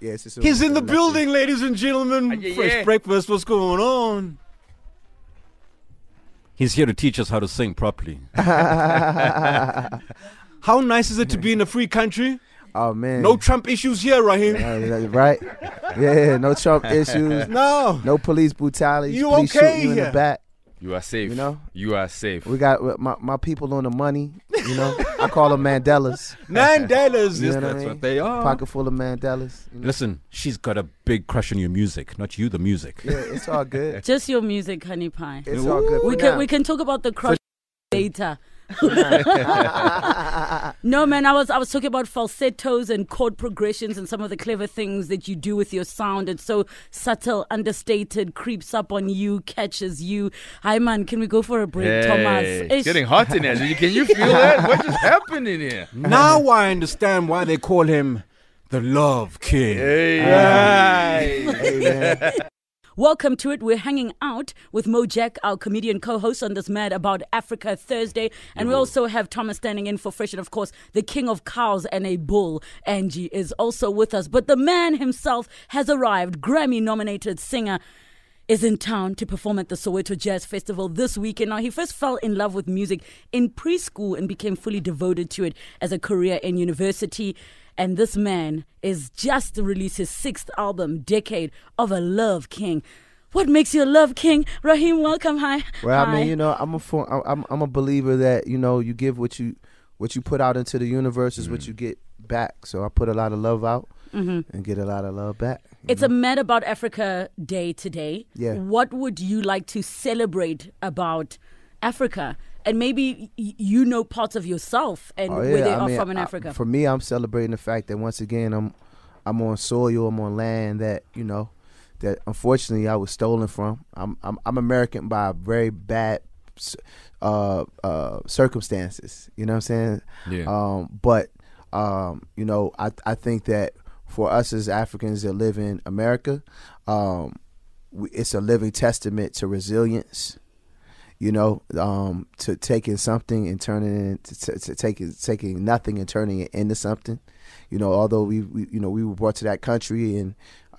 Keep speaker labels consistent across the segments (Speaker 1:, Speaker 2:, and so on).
Speaker 1: Yeah, it's just
Speaker 2: He's in the building, ladies and gentlemen.
Speaker 3: Uh, yeah,
Speaker 2: Fresh
Speaker 3: yeah.
Speaker 2: breakfast. What's going on? He's here to teach us how to sing properly. how nice is it to be in a free country?
Speaker 1: Oh man.
Speaker 2: No Trump issues here, Raheem.
Speaker 1: Uh, right? Yeah, no Trump issues.
Speaker 2: No.
Speaker 1: No police brutality.
Speaker 2: You
Speaker 1: police
Speaker 2: okay
Speaker 1: shooting you in
Speaker 2: here?
Speaker 1: the back.
Speaker 3: You are safe.
Speaker 1: You know?
Speaker 3: You are safe.
Speaker 1: We got my, my people on the money. You know, I call them Mandelas.
Speaker 2: Nine dollars.
Speaker 1: You
Speaker 2: Yes,
Speaker 1: know what I
Speaker 2: that's
Speaker 1: mean?
Speaker 2: what they are.
Speaker 1: Pocket full of Mandelas. You know?
Speaker 2: Listen, she's got a big crush on your music, not you, the music.
Speaker 1: Yeah, it's all good.
Speaker 4: Just your music, honey pie.
Speaker 1: It's all good.
Speaker 4: We
Speaker 1: for
Speaker 4: can
Speaker 1: now.
Speaker 4: we can talk about the crush later. no man, I was I was talking about falsettos and chord progressions and some of the clever things that you do with your sound. It's so subtle, understated, creeps up on you, catches you. Hi man, can we go for a break, Thomas?
Speaker 3: Hey,
Speaker 4: Ish.
Speaker 3: it's getting hot in here. Can you feel that? What just happened in here?
Speaker 2: Now I understand why they call him the Love King.
Speaker 3: Hey.
Speaker 1: Hey, man.
Speaker 4: Welcome to it. We're hanging out with Mo Jack, our comedian co-host on this Mad About Africa Thursday, and we also have Thomas standing in for Fresh, and of course, the king of cows and a bull, Angie, is also with us. But the man himself has arrived. Grammy-nominated singer is in town to perform at the Soweto Jazz Festival this weekend. Now, he first fell in love with music in preschool and became fully devoted to it as a career in university. And this man is just to release his sixth album, Decade of a Love King. What makes you a love king? Raheem, welcome. Hi.
Speaker 1: Well,
Speaker 4: Hi.
Speaker 1: I mean, you know, I'm a for, I'm I'm a believer that you know you give what you what you put out into the universe is what you get back. So I put a lot of love out
Speaker 2: Mm-hmm.
Speaker 1: and get a lot of love back.
Speaker 4: It's a Mad About Africa day today.
Speaker 1: mm-hmm. Yeah.
Speaker 4: What would you like to celebrate about Africa? And maybe y- you know parts of yourself and
Speaker 1: Oh,
Speaker 4: where
Speaker 1: yeah,
Speaker 4: they
Speaker 1: I
Speaker 4: are
Speaker 1: mean,
Speaker 4: from in
Speaker 1: I-
Speaker 4: Africa.
Speaker 1: for me, I'm celebrating the fact that once again I'm I'm on soil, I'm on land that you know that unfortunately I was stolen from. I'm I'm, I'm American by very bad s- uh, uh, circumstances. You know what I'm saying?
Speaker 3: Yeah.
Speaker 1: Um, but um, you know, I I think that for us as Africans that live in America, um, we, it's a living testament to resilience you know, um, to taking something and turning it into, to, to taking taking nothing and turning it into something. You know, although we, we you know we were brought to that country and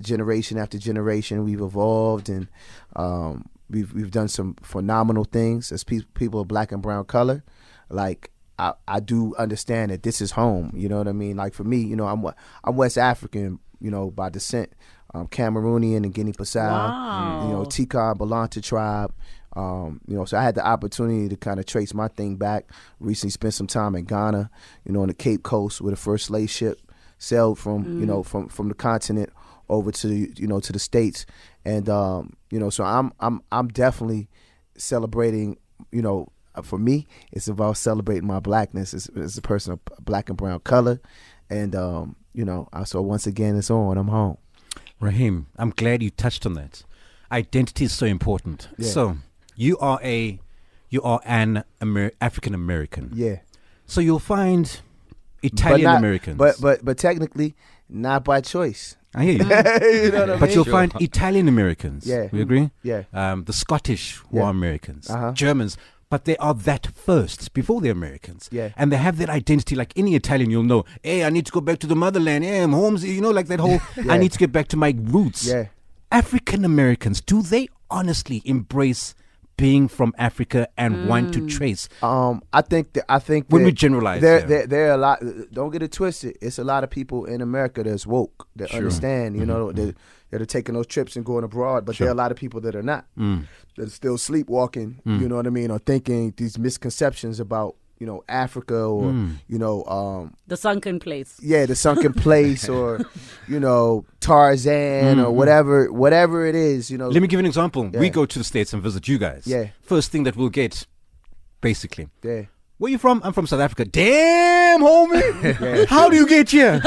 Speaker 1: generation after generation we've evolved and um, we've we've done some phenomenal things as pe- people of black and brown color. Like I, I do understand that this is home. You know what I mean? Like for me, you know, I'm wa- I'm West African. You know, by descent, um, Cameroonian and Guinea-Bissau
Speaker 4: Wow.
Speaker 1: you know, Tika, Balanta tribe. Um, you know, so I had the opportunity to kind of trace my thing back. Recently spent some time in Ghana, you know, on the Cape Coast with a first slave ship sailed from, you know, from, from the continent over to, you know, to the States. And, um, you know, so I'm, I'm, I'm definitely celebrating, you know, uh, for me, it's about celebrating my blackness as, as a person of black and brown color. And, um, you know, I- so once again, it's on, I'm home.
Speaker 2: Raheem, I'm glad you touched on that. Identity is so important.
Speaker 1: Yeah.
Speaker 2: So you are a, you are an Amer- African American.
Speaker 1: Yeah.
Speaker 2: So you'll find
Speaker 1: But
Speaker 2: Italian
Speaker 1: not-
Speaker 2: Americans.
Speaker 1: But but but technically, not by choice.
Speaker 2: I hear you.
Speaker 1: you know what I
Speaker 2: but
Speaker 1: mean?
Speaker 2: you'll find Italian Americans.
Speaker 1: Yeah.
Speaker 2: we agree.
Speaker 1: Yeah.
Speaker 2: um, the Scottish who
Speaker 1: Yeah.
Speaker 2: are Americans,
Speaker 1: Uh-huh.
Speaker 2: Germans, but they are that first before the Americans.
Speaker 1: Yeah.
Speaker 2: And they have that identity like any Italian, you'll know, hey, I need to go back to the motherland. Hey, I'm Holmes, you know, like that whole, I need to get back to my roots.
Speaker 1: Yeah.
Speaker 2: African Americans, do they honestly embrace being from Africa and want to trace?
Speaker 1: Um, I think that I think
Speaker 2: When
Speaker 1: that
Speaker 2: we generalize,
Speaker 1: there,
Speaker 2: yeah.
Speaker 1: there there are a lot. Don't get it twisted. It's a lot of people in America that's woke that understand.
Speaker 2: Mm-hmm,
Speaker 1: You know that that are taking those trips and going abroad. But there are a lot of people that are not.
Speaker 2: Mm.
Speaker 1: That are still sleepwalking. You know what I mean? Or thinking these misconceptions about you know Africa or
Speaker 2: Mm.
Speaker 1: you know um
Speaker 4: the sunken place.
Speaker 1: yeah, the sunken place or you know Tarzan or whatever whatever it is. You know,
Speaker 2: Mm-hmm. Let me give you an example. We
Speaker 1: Yeah.
Speaker 2: go to the States and visit you guys.
Speaker 1: Yeah.
Speaker 2: First thing that we'll get, basically.
Speaker 1: yeah.
Speaker 2: Where you from? I'm from South Africa. Damn, homie. How do you get here?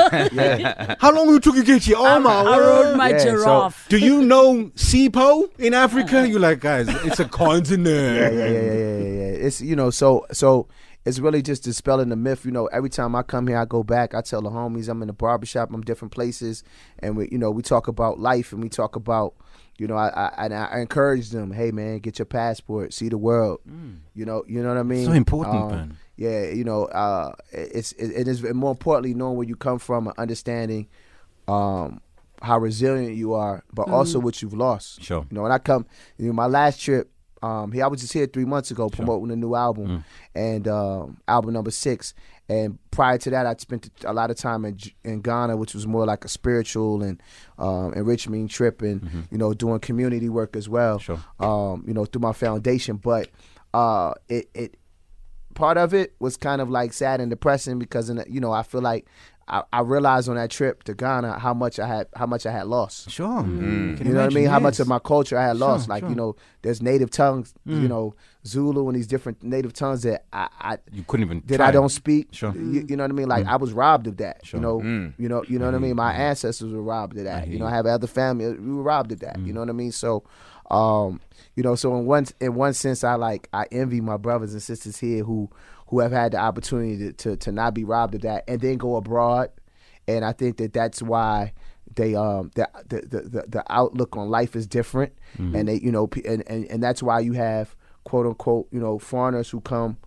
Speaker 2: How long you took you get here? Oh my
Speaker 4: I
Speaker 2: word.
Speaker 4: rode my
Speaker 1: Yeah, so-
Speaker 4: giraffe.
Speaker 2: Do you know SIPO in Africa? You're like, guys, it's
Speaker 1: Uh-huh.
Speaker 2: a
Speaker 1: yeah,
Speaker 2: continent.
Speaker 1: yeah, yeah, yeah, yeah, yeah, yeah. It's you know, so so it's really just dispelling the myth. You know, every time I come here, I go back. I tell the homies I'm in the barbershop. I'm different places, and we you know we talk about life and we talk about you know I I, and I encourage them. Hey man, get your passport, see the world. You know, you know what I mean.
Speaker 2: Mm.
Speaker 1: Um,
Speaker 2: So important, man.
Speaker 1: Yeah, you know, uh, it's it, it is and more importantly knowing where you come from and understanding um, how resilient you are, but also what you've lost.
Speaker 2: Sure.
Speaker 1: You know, when I come, you know, my last trip, um, here I was just here three months ago promoting a new album,
Speaker 2: Mm.
Speaker 1: and um, album number six. And prior to that, I spent a lot of time in, J- in Ghana, which was more like a spiritual and um, enriching trip, and you know, doing community work as well.
Speaker 2: Mm-hmm. Sure.
Speaker 1: Um, you know, through my foundation, but uh, it it part of it was kind of like sad and depressing because in, the- you know I feel like I, I realized on that trip to Ghana how much I had how much I had lost.
Speaker 2: Sure. Can
Speaker 1: Mm. You know what I
Speaker 2: imagine,
Speaker 1: mean? How much
Speaker 2: yes.
Speaker 1: of my culture I had lost. Like
Speaker 2: sure. Mm.
Speaker 1: you know, there's native tongues. You know, Zulu and these different native tongues that I, I
Speaker 2: you couldn't even
Speaker 1: that
Speaker 2: try.
Speaker 1: I don't speak.
Speaker 2: Sure.
Speaker 1: You, you know what I mean? Like I was robbed of that.
Speaker 2: Sure.
Speaker 1: You know, you know, you know what I mean? My ancestors were robbed of that. You know, I have other family who were robbed of that. You know what I mean? So um, you know, so in one in one sense I like I envy my brothers and sisters here who who have had the opportunity to to, to not be robbed of that and then go abroad. And I think that that's why they um the the the, the, the outlook on life is different and they you know p- and, and and that's why you have quote unquote you know foreigners who come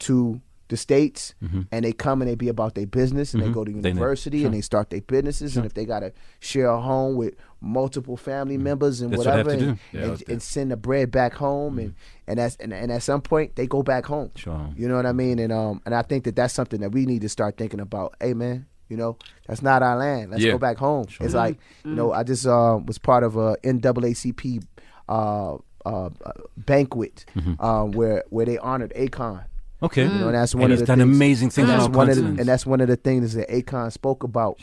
Speaker 1: to the states and they come and they be about their business and they go to
Speaker 2: Mm-hmm. They know.
Speaker 1: university and they start their businesses and if they got to share a home with multiple family members and
Speaker 2: Mm-hmm. That's what they have
Speaker 1: whatever
Speaker 2: to
Speaker 1: and,
Speaker 2: do.
Speaker 1: and, and send the bread back home and and that's and, and at some point they go back home
Speaker 2: Mm-hmm. Sure.
Speaker 1: you know what i mean and um and i think that that's something that we need to start thinking about hey man you know that's not our land let's
Speaker 3: Yeah.
Speaker 1: go back home it's like you know i just um was part of a naacp uh uh banquet um where where they honored akon
Speaker 2: Okay. Mm.
Speaker 1: you know, and that's
Speaker 2: And
Speaker 1: one of
Speaker 2: he's
Speaker 1: the
Speaker 2: done
Speaker 1: things-
Speaker 2: amazing things
Speaker 1: and
Speaker 2: on
Speaker 1: that's
Speaker 2: our
Speaker 1: one of the,
Speaker 2: continent.
Speaker 1: and that's one of the things that Akon spoke about,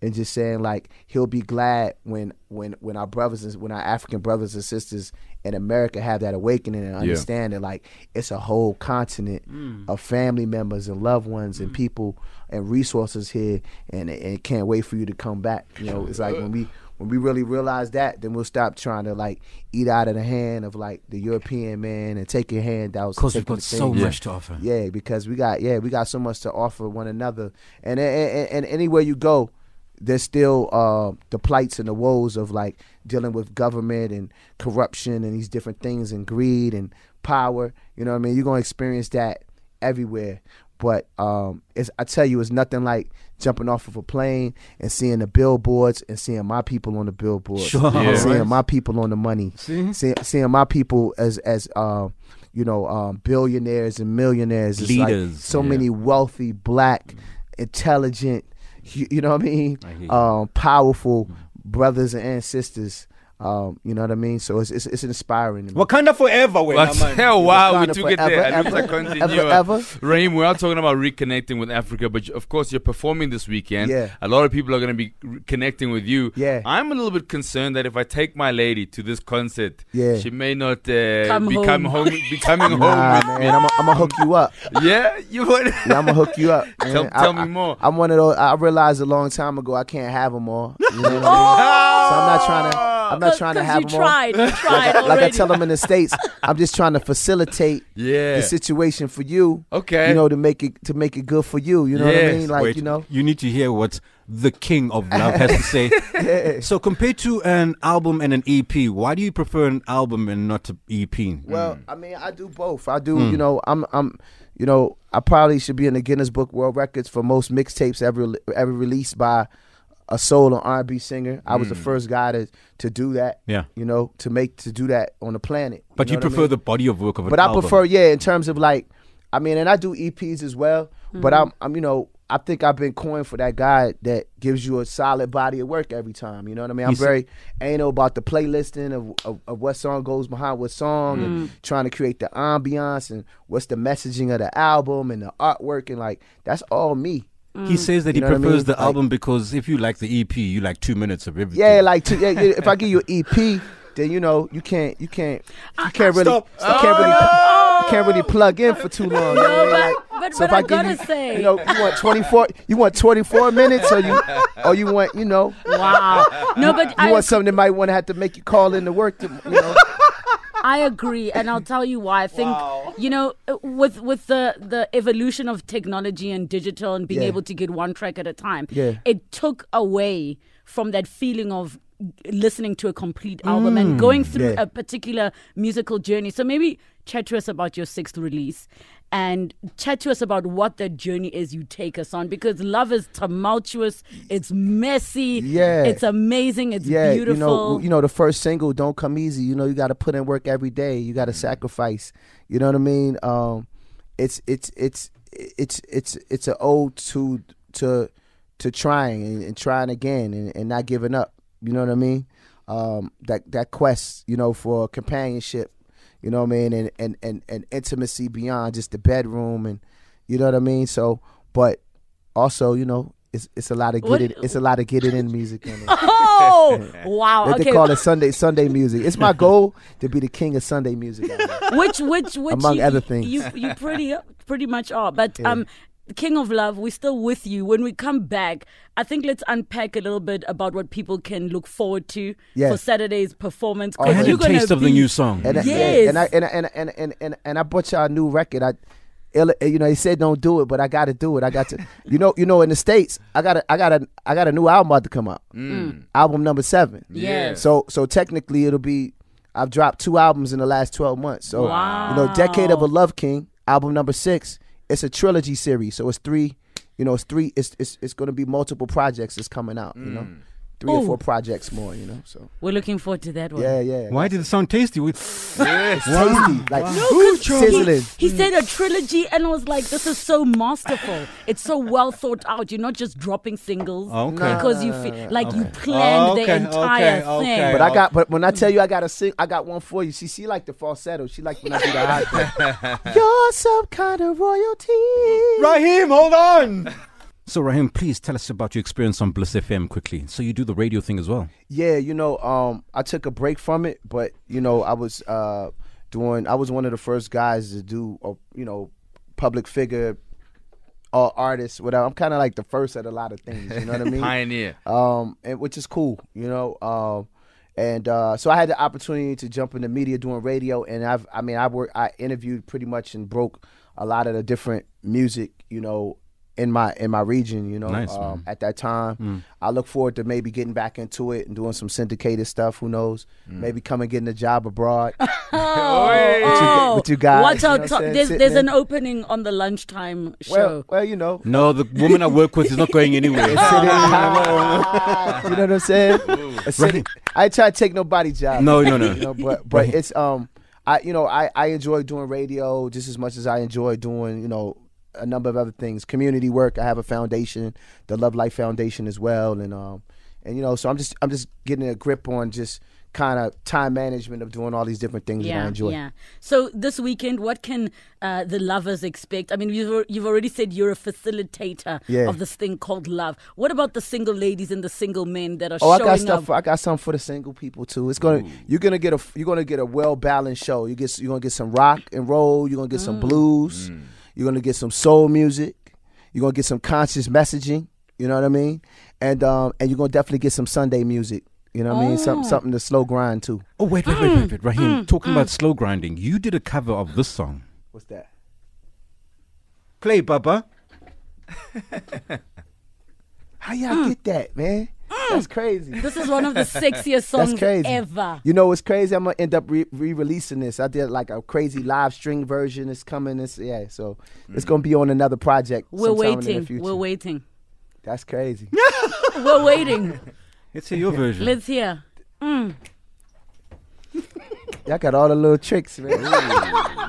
Speaker 1: and just saying like he'll be glad when when when our brothers and when our African brothers and sisters in America have that awakening and understand that like it's a whole continent
Speaker 2: Mm.
Speaker 1: of family members and loved ones and people and resources here, and and it can't wait for you to come back. You know, it's like when we. When we really realize that, then we'll stop trying to like eat out of the hand of like the European man and take your handouts. and
Speaker 2: Because we've
Speaker 1: take your
Speaker 2: got so
Speaker 1: things.
Speaker 2: much to offer.
Speaker 1: Yeah, because we got yeah we got so much to offer one another, and and, and anywhere you go, there's still uh, the plights and the woes of like dealing with government and corruption and these different things and greed and power. You know what I mean? You're gonna experience that everywhere. But um, it's, I tell you, it's nothing like jumping off of a plane and seeing the billboards and seeing my people on the billboards,
Speaker 2: Sure.
Speaker 1: and seeing
Speaker 2: Right.
Speaker 1: my people on the money,
Speaker 2: See?
Speaker 1: See, seeing my people as as uh, you know um, billionaires and millionaires, It's like
Speaker 2: Leaders,
Speaker 1: so
Speaker 2: yeah.
Speaker 1: many wealthy, black,
Speaker 3: Mm.
Speaker 1: intelligent, you, you know what I mean,
Speaker 2: I hear you.
Speaker 1: um, powerful
Speaker 3: Mm.
Speaker 1: brothers and sisters. Um, you know what I mean. So it's it's, it's inspiring. To me.
Speaker 2: Wakanda forever, wait,
Speaker 3: But hell, wow, we
Speaker 1: Wakanda
Speaker 3: took it
Speaker 1: forever,
Speaker 3: there. And
Speaker 1: ever,
Speaker 3: it's a continue.
Speaker 1: ever, ever.
Speaker 3: Raheem, we are talking about reconnecting with Africa, but you- of course you're performing this weekend.
Speaker 1: Yeah.
Speaker 3: A lot of people are going to be re- connecting with you.
Speaker 1: Yeah.
Speaker 3: I'm a little bit concerned that if I take my lady to this concert,
Speaker 1: Yeah.
Speaker 3: she may not uh,
Speaker 4: Come
Speaker 3: become
Speaker 4: home.
Speaker 3: home, becoming
Speaker 1: Nah,
Speaker 3: home.
Speaker 1: man, I'm gonna hook you up.
Speaker 3: Yeah, you would.
Speaker 1: Yeah, I'm gonna hook you up. Man.
Speaker 3: Tell-
Speaker 1: I-
Speaker 3: tell me
Speaker 1: I-
Speaker 3: more.
Speaker 1: I'm one of those. I realized a long time ago I can't have them all. You know what I mean? So I'm not trying to. I'm not trying to
Speaker 4: 'Cause
Speaker 1: have
Speaker 4: you
Speaker 1: them all.
Speaker 4: tried, you tried
Speaker 1: like I
Speaker 4: already.
Speaker 1: tell them in the states, I'm just trying to facilitate
Speaker 3: Yeah.
Speaker 1: the situation for you.
Speaker 3: Okay.
Speaker 1: you know to make it to make it good for you. You know what I
Speaker 3: Yes.
Speaker 1: mean? Like
Speaker 2: Wait,
Speaker 1: you know,
Speaker 2: you need to hear what the king of love has to say. So, compared to an album and an EP, why do you prefer an album and not an E EP?
Speaker 1: Well, I mean, I do both. I do,
Speaker 2: Mm.
Speaker 1: you know, I'm, I'm, you know, I probably should be in the Guinness Book World Records for most mixtapes ever, ever released by a soul or R&B singer. I was the first guy to to do that.
Speaker 2: Mm. Yeah.
Speaker 1: you know, to make to do that on the planet.
Speaker 2: but you,
Speaker 1: know what I
Speaker 2: prefer
Speaker 1: mean?
Speaker 2: the body of work of an
Speaker 1: but
Speaker 2: album.
Speaker 1: I prefer, yeah, in terms of like, I mean, and I do EPs as well. But I'm, I'm, you know, I think I've been coined for that guy that gives you a solid body of work every time. You know what I mean? I'm
Speaker 2: He's-
Speaker 1: very anal about the playlisting of, of of what song goes behind what song, and trying to create the ambiance and what's the messaging of the album and the artwork and like that's all me.
Speaker 2: He says that
Speaker 1: You
Speaker 2: he
Speaker 1: know what I
Speaker 2: prefers
Speaker 1: mean?
Speaker 2: the
Speaker 1: Like-
Speaker 2: album because if you like the EP, you like two minutes of everything.
Speaker 1: Yeah, like to, yeah, yeah, if I give you an EP, then you know you can't you can't you can't really
Speaker 2: Stop.
Speaker 1: you can't really you can't really plug in for too long. you know what I mean? Like,
Speaker 4: but- but-
Speaker 1: so if
Speaker 4: but I
Speaker 1: give
Speaker 4: gotta
Speaker 1: you,
Speaker 4: say-
Speaker 1: you know, you want twenty four, you want twenty four minutes, or you or you want you know
Speaker 4: Wow. No, but
Speaker 1: you
Speaker 4: I,
Speaker 1: want something that might want to have to make you call in to work. To, you know,
Speaker 4: I agree, and I'll tell you why. I think you know, uh, with with the the evolution of technology and digital and being
Speaker 1: Yeah.
Speaker 4: able to get one track at a time,
Speaker 1: Yeah.
Speaker 4: it took away from that feeling of listening to a complete album and going through
Speaker 1: Mm, Yeah.
Speaker 4: a particular musical journey. So maybe chat to us about your sixth release and chat to us about what that journey is you take us on because love is tumultuous, it's messy,
Speaker 1: Yeah.
Speaker 4: it's amazing, it's
Speaker 1: yeah,
Speaker 4: beautiful.
Speaker 1: you know, you know, the first single "Don't Come Easy." You know, you got to put in work every day. You
Speaker 4: Mm-hmm.
Speaker 1: got to sacrifice. You know what I mean? Um, it's it's it's it's it's it's an ode to to to trying and, and trying again and, and not giving up. You know what I mean? Um, that that quest, you know, for companionship. You know what I mean? And and and, and intimacy beyond just the bedroom and you know what I mean. So, but also, you know. It's, it's a lot of get
Speaker 4: What-
Speaker 1: it. It's a lot of get it in music. on it.
Speaker 4: Oh wow!
Speaker 1: That
Speaker 4: okay,
Speaker 1: they call it Sunday Sunday music. It's my goal to be the king of Sunday music.
Speaker 4: which which which
Speaker 1: Among
Speaker 4: you,
Speaker 1: other things.
Speaker 4: you you pretty pretty much are. But um, King of Love, we're still with you. When we come back, I think let's unpack a little bit about what people can look forward to
Speaker 1: Yes.
Speaker 4: for Saturday's performance.
Speaker 1: Oh,
Speaker 2: I
Speaker 4: Because
Speaker 2: had
Speaker 1: you're
Speaker 2: a taste of the new song.
Speaker 1: And I-
Speaker 4: Yes.
Speaker 1: and I and I, and, I, and and and and I bought y'all a new record. I, ill- you know, they said don't do it, but I got to do it. I got to, you know, you know, in the states, I got a, I got a, I got a new album about to come out.
Speaker 2: Mm.
Speaker 1: Mm. Album number seven.
Speaker 4: Yeah.
Speaker 1: So so technically it'll be I've dropped two albums in the last 12 months. So you know, Decade of a Love King, album number 6, it's a trilogy series. So it's three, you know, it's three it's it's, it's going to be multiple projects that's coming out, you
Speaker 2: Mm.
Speaker 1: know. Three or
Speaker 4: Ooh.
Speaker 1: four projects more, you know. So
Speaker 4: We're looking forward to that one.
Speaker 1: yeah, yeah.
Speaker 2: Why did it sound tasty? We-
Speaker 3: Yes.
Speaker 1: Tasty, like
Speaker 4: No, 'cause
Speaker 1: sizzling.
Speaker 4: He, he said a trilogy and was like, this is so masterful. It's so well thought out. You're not just dropping singles.
Speaker 2: Oh, okay. No,
Speaker 4: Because you feel like you planned
Speaker 2: Oh,
Speaker 4: the
Speaker 2: okay,
Speaker 4: entire
Speaker 2: okay, okay.
Speaker 4: thing.
Speaker 1: But I got, but when I tell you I got a sing, I got one for you. She, she like the falsetto. She like when I do the high. thing. You're some kind of royalty.
Speaker 2: Raheem, hold on. So Raheem, please tell us about your experience on Bliss FM quickly. So you do the radio thing as well.
Speaker 1: Yeah, you know, um, I took a break from it, but you know, I was uh, doing. I was one of the first guys to do, a, you know, public figure, or artist, whatever. I'm kind of like the first at a lot of things. You know what I mean?
Speaker 3: Pioneer.
Speaker 1: um, and which is cool, you know. Um, and uh, so I had the opportunity to jump into media doing radio, and I've, I mean, I work, I interviewed pretty much and broke a lot of the different music, you know, in my in my region, you know.
Speaker 2: Nice,
Speaker 1: um, at that time, I look forward to maybe getting back into it and doing some syndicated stuff. Who knows? Maybe come and getting a job abroad.
Speaker 4: Oh,
Speaker 1: you-
Speaker 4: oh.
Speaker 1: with you guys,
Speaker 4: Watch
Speaker 1: you know
Speaker 4: out.
Speaker 1: what I'm
Speaker 4: Tom.
Speaker 1: saying?
Speaker 4: there's
Speaker 1: Sitting
Speaker 4: there's
Speaker 1: there.
Speaker 4: an opening on the lunchtime show.
Speaker 1: well, well, you know.
Speaker 2: No, the woman I work with is not going anywhere.
Speaker 1: It's sitting high. you know what I'm saying? It's sitting- I ain't try to take nobody job.
Speaker 2: No, no, no.
Speaker 1: you know, but but it's um I you know I I enjoy doing radio just as much as I enjoy doing you know a number of other things community work I have a foundation the Love Life Foundation as well and um and you know so I'm just I'm just getting a grip on just kind of time management of doing all these different things that I enjoy
Speaker 4: Yeah. So this weekend, what can uh, the lovers expect? I mean, you've, al- you've already said you're a facilitator
Speaker 1: Yeah.
Speaker 4: of this thing called love. What about the single ladies and the single men that are
Speaker 1: Oh, I
Speaker 4: showing
Speaker 1: got stuff.
Speaker 4: up?
Speaker 1: For, I got something for the single people too. It's gonna you're gonna get a you're gonna get a well balanced show. You get you're gonna get some rock and roll. You're gonna get
Speaker 4: Mm.
Speaker 1: some blues. You're gonna get some soul music. You're gonna get some conscious messaging. You know what I mean? And um and you're gonna definitely get some Sunday music. You know what I mean?
Speaker 4: Oh.
Speaker 1: Something something to slow grind to.
Speaker 2: Oh wait, wait, wait, wait, wait. Raheem, talking about slow grinding, you did a cover of this song.
Speaker 1: What's that?
Speaker 2: Play, Baba.
Speaker 1: How y'all get that, man? That's crazy.
Speaker 4: This is one of Mm. the sexiest songs
Speaker 1: That's crazy.
Speaker 4: ever.
Speaker 1: You know, it's crazy. I'm gonna end up re- re-releasing this. I did like a crazy live string version. It's coming. It's yeah. So it's gonna be on another project.
Speaker 4: We're
Speaker 1: sometime In the
Speaker 4: waiting.
Speaker 1: future.
Speaker 4: We're waiting.
Speaker 1: That's crazy.
Speaker 4: We're waiting.
Speaker 2: Let's hear your version.
Speaker 4: Let's hear.
Speaker 1: Y'all got all the little tricks, man.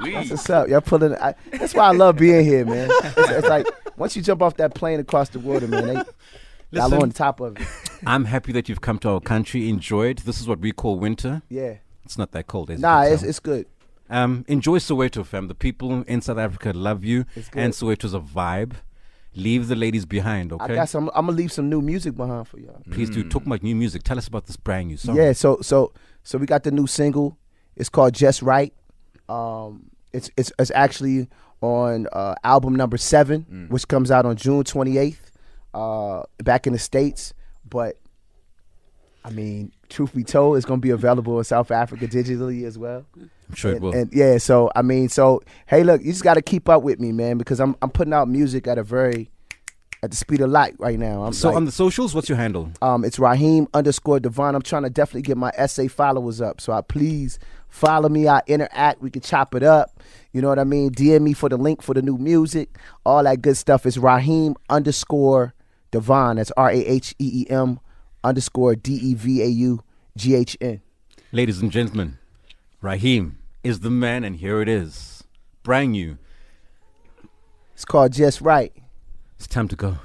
Speaker 3: Wee.
Speaker 1: That's what's up. Y'all pulling. I, that's why I love being here, man. It's, it's like once you jump off that plane across the water, man. They, y'all
Speaker 2: Listen.
Speaker 1: on top of it.
Speaker 2: I'm happy that you've come to our country. Enjoy it. This is what we call winter.
Speaker 1: Yeah.
Speaker 2: It's not that cold, is
Speaker 1: Nah,
Speaker 2: it?
Speaker 1: it's, it's good.
Speaker 2: um, enjoy Soweto, fam. The people in South Africa love you,
Speaker 1: It's good.
Speaker 2: and Soweto's a vibe. Leave the ladies behind,
Speaker 1: I
Speaker 2: okay?
Speaker 1: got some. I'm gonna leave some new music behind for y'all.
Speaker 2: Please do talk about new music. Tell us about this brand new song.
Speaker 1: Yeah. So so so we got the new single. It's called Just Right. Um, it's it's it's actually on uh, album number seven, which comes out on June 28th, uh, back in the states. But I mean, truth be told, it's gonna be available in South Africa digitally as well.
Speaker 2: I'm sure it will.
Speaker 1: And, and yeah, so I mean, so hey, look, you just got to keep up with me, man, because I'm I'm putting out music at a very at the speed of light right now. I'm
Speaker 2: So
Speaker 1: like-
Speaker 2: on the socials, what's your handle?
Speaker 1: um, it's Raheem underscore Devon. I'm trying to definitely get my essay followers up. So I please follow me. I interact. We can chop it up. You know what I mean? DM me for the link for the new music. All that good stuff is Raheem underscore Devon. That's R A H E E M underscore D E V A U G H N.
Speaker 2: Ladies and gentlemen, Raheem is the man, and here it is. Brand new.
Speaker 1: It's called Just Right.
Speaker 2: It's time to go.